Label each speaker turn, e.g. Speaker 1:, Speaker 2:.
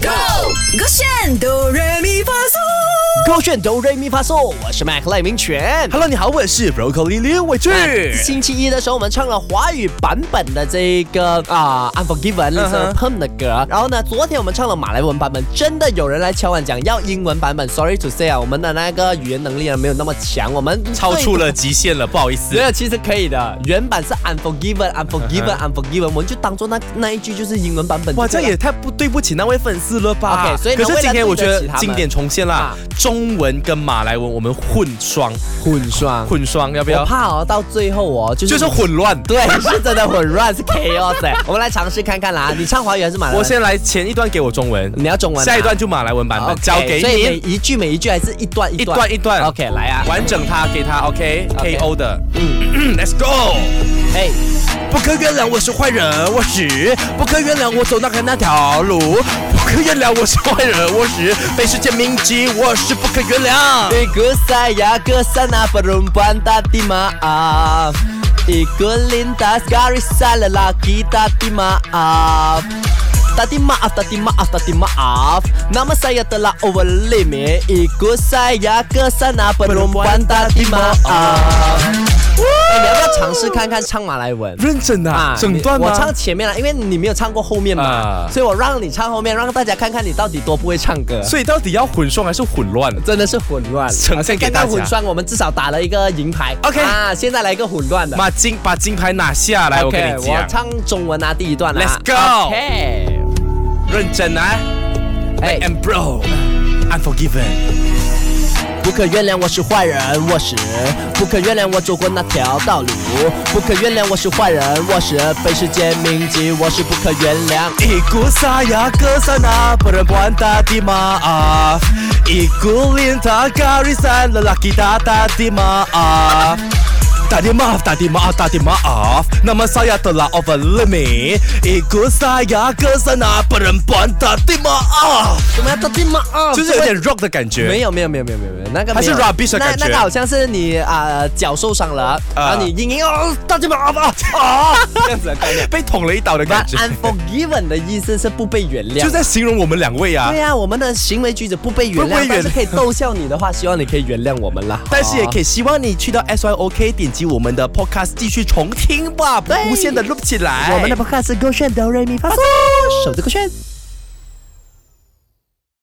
Speaker 1: Go，勾选哆来咪发嗦。
Speaker 2: 勾选哆瑞咪发嗦，我是麦克赖明全。
Speaker 3: Hello，你好，我是 Broccoli 刘伟俊。
Speaker 2: 星期一的时候，我们唱了华语版本的这个啊《Unforgiven》
Speaker 3: 嗯哼
Speaker 2: Lisa Pum 的歌，然后呢，昨天我们唱了马来文版本，真的有人来敲碗讲要英文版本。Sorry to say 啊，我们的那个语言能力啊没有那么强，我们
Speaker 3: 超出
Speaker 2: 了。
Speaker 3: 了极限了，不好意思
Speaker 2: 没。有，其实可以的。原版是 Unforgiven
Speaker 3: 嗯
Speaker 2: Unforgiven Unforgiven，我们就当做那那一句就是英文版本就对了。
Speaker 3: 哇，这样也太不对不起那位粉丝了吧
Speaker 2: OK，所以呢
Speaker 3: 可是今天我觉
Speaker 2: 为了对
Speaker 3: 得
Speaker 2: 得起他们
Speaker 3: 经典重现啦
Speaker 2: 啊，
Speaker 3: 中文跟马来文我们混双，
Speaker 2: 混双。
Speaker 3: 混双要不
Speaker 2: 我
Speaker 3: 要？
Speaker 2: 怕哦，到最后哦，就
Speaker 3: 就
Speaker 2: 是
Speaker 3: 是混乱。
Speaker 2: 对， 是真的混乱，是 chaos 哎。我们来尝试看看啦，你唱华语还是马来文？
Speaker 3: 我，先来前一段给我中文，
Speaker 2: 你要中文啊、
Speaker 3: 下一段就马来文版本
Speaker 2: OK，
Speaker 3: 交给
Speaker 2: 所以每
Speaker 3: 你，
Speaker 2: 一句每一句还是一段一
Speaker 3: 一
Speaker 2: 段
Speaker 3: 段一段
Speaker 2: OK，来啊，
Speaker 3: 完整它给它 OK
Speaker 2: OK
Speaker 3: KO 的，
Speaker 2: 嗯，
Speaker 3: 嗯，Let's go。
Speaker 2: 嘿，
Speaker 3: 不可原谅我是坏人，我是不可原谅我走那个那条路，不可原谅我是坏人，我是被世界铭记，我是不可原谅。
Speaker 2: Ikut saya ke sana perempuan tadi maaf Ikut lintas garisan lelaki tadi maaf Tadi maaf, tadi maaf, tadi maaf Nama saya telah over limit Ikut saya ke sana perempuan tadi maaf 哎，你要不要尝试看看唱马来文？
Speaker 3: 认真啊，整段
Speaker 2: 你
Speaker 3: 吗？
Speaker 2: 我唱前面了，因为你没有唱过后面嘛，
Speaker 3: 啊
Speaker 2: 所以我让你唱后面，让大家看看你到底多不会唱歌。
Speaker 3: 所以到底要混双还是混乱？
Speaker 2: 真的是混乱，
Speaker 3: 呈现给大家
Speaker 2: 刚刚混双，我们至少打了一个银牌。
Speaker 3: OK
Speaker 2: 啊，现在来一个混乱的。
Speaker 3: 把金把金牌拿下来，我跟
Speaker 2: OK，
Speaker 3: 你讲
Speaker 2: 我，唱中文啊，第一段啊。
Speaker 3: Let's go
Speaker 2: OK，
Speaker 3: 认真啊
Speaker 2: 哎，
Speaker 3: ，And bro，unforgiven。
Speaker 2: 不可原谅我是坏人，我是不可原谅我走过那条道路，不可原谅我是坏人，我是被世界铭记，我是不可原谅。
Speaker 3: Ikut saya ke sana perempuan tadi maaf Ikut lintas garisan lelaki tak tadi maaf Tadi maaf, tadi maaf, tadi maaf Nama saya telah over limit Ikut saya ke sana perempuan tadi maaf
Speaker 2: 怎么样？到底吗？啊，
Speaker 3: rock 的感
Speaker 2: 没有没有没有没有没有没有，那个
Speaker 3: 还是
Speaker 2: 没有
Speaker 3: rubbish 的
Speaker 2: 那
Speaker 3: 感觉
Speaker 2: 那个好像是你啊脚受伤了，
Speaker 3: 啊
Speaker 2: 然后你硬硬哦，大鸡巴啊啊！
Speaker 3: 这样子的概念，被捅了一刀的
Speaker 2: But unforgiven 的意思是不被原谅。
Speaker 3: 在形容我们两位啊
Speaker 2: 对呀、我们的行为举止不被原
Speaker 3: 不被原
Speaker 2: 谅，但是可以逗笑你的话，希望你可以原谅我们啦。
Speaker 3: 但是也可
Speaker 2: 以。
Speaker 3: 以希望你去到 S Y O K 点击我们的 Podcast 继续重听吧，
Speaker 2: 对
Speaker 3: 无限的 loop 起来。啊
Speaker 2: 我们的 podcast 勾选哆瑞咪发嗦，手着勾选。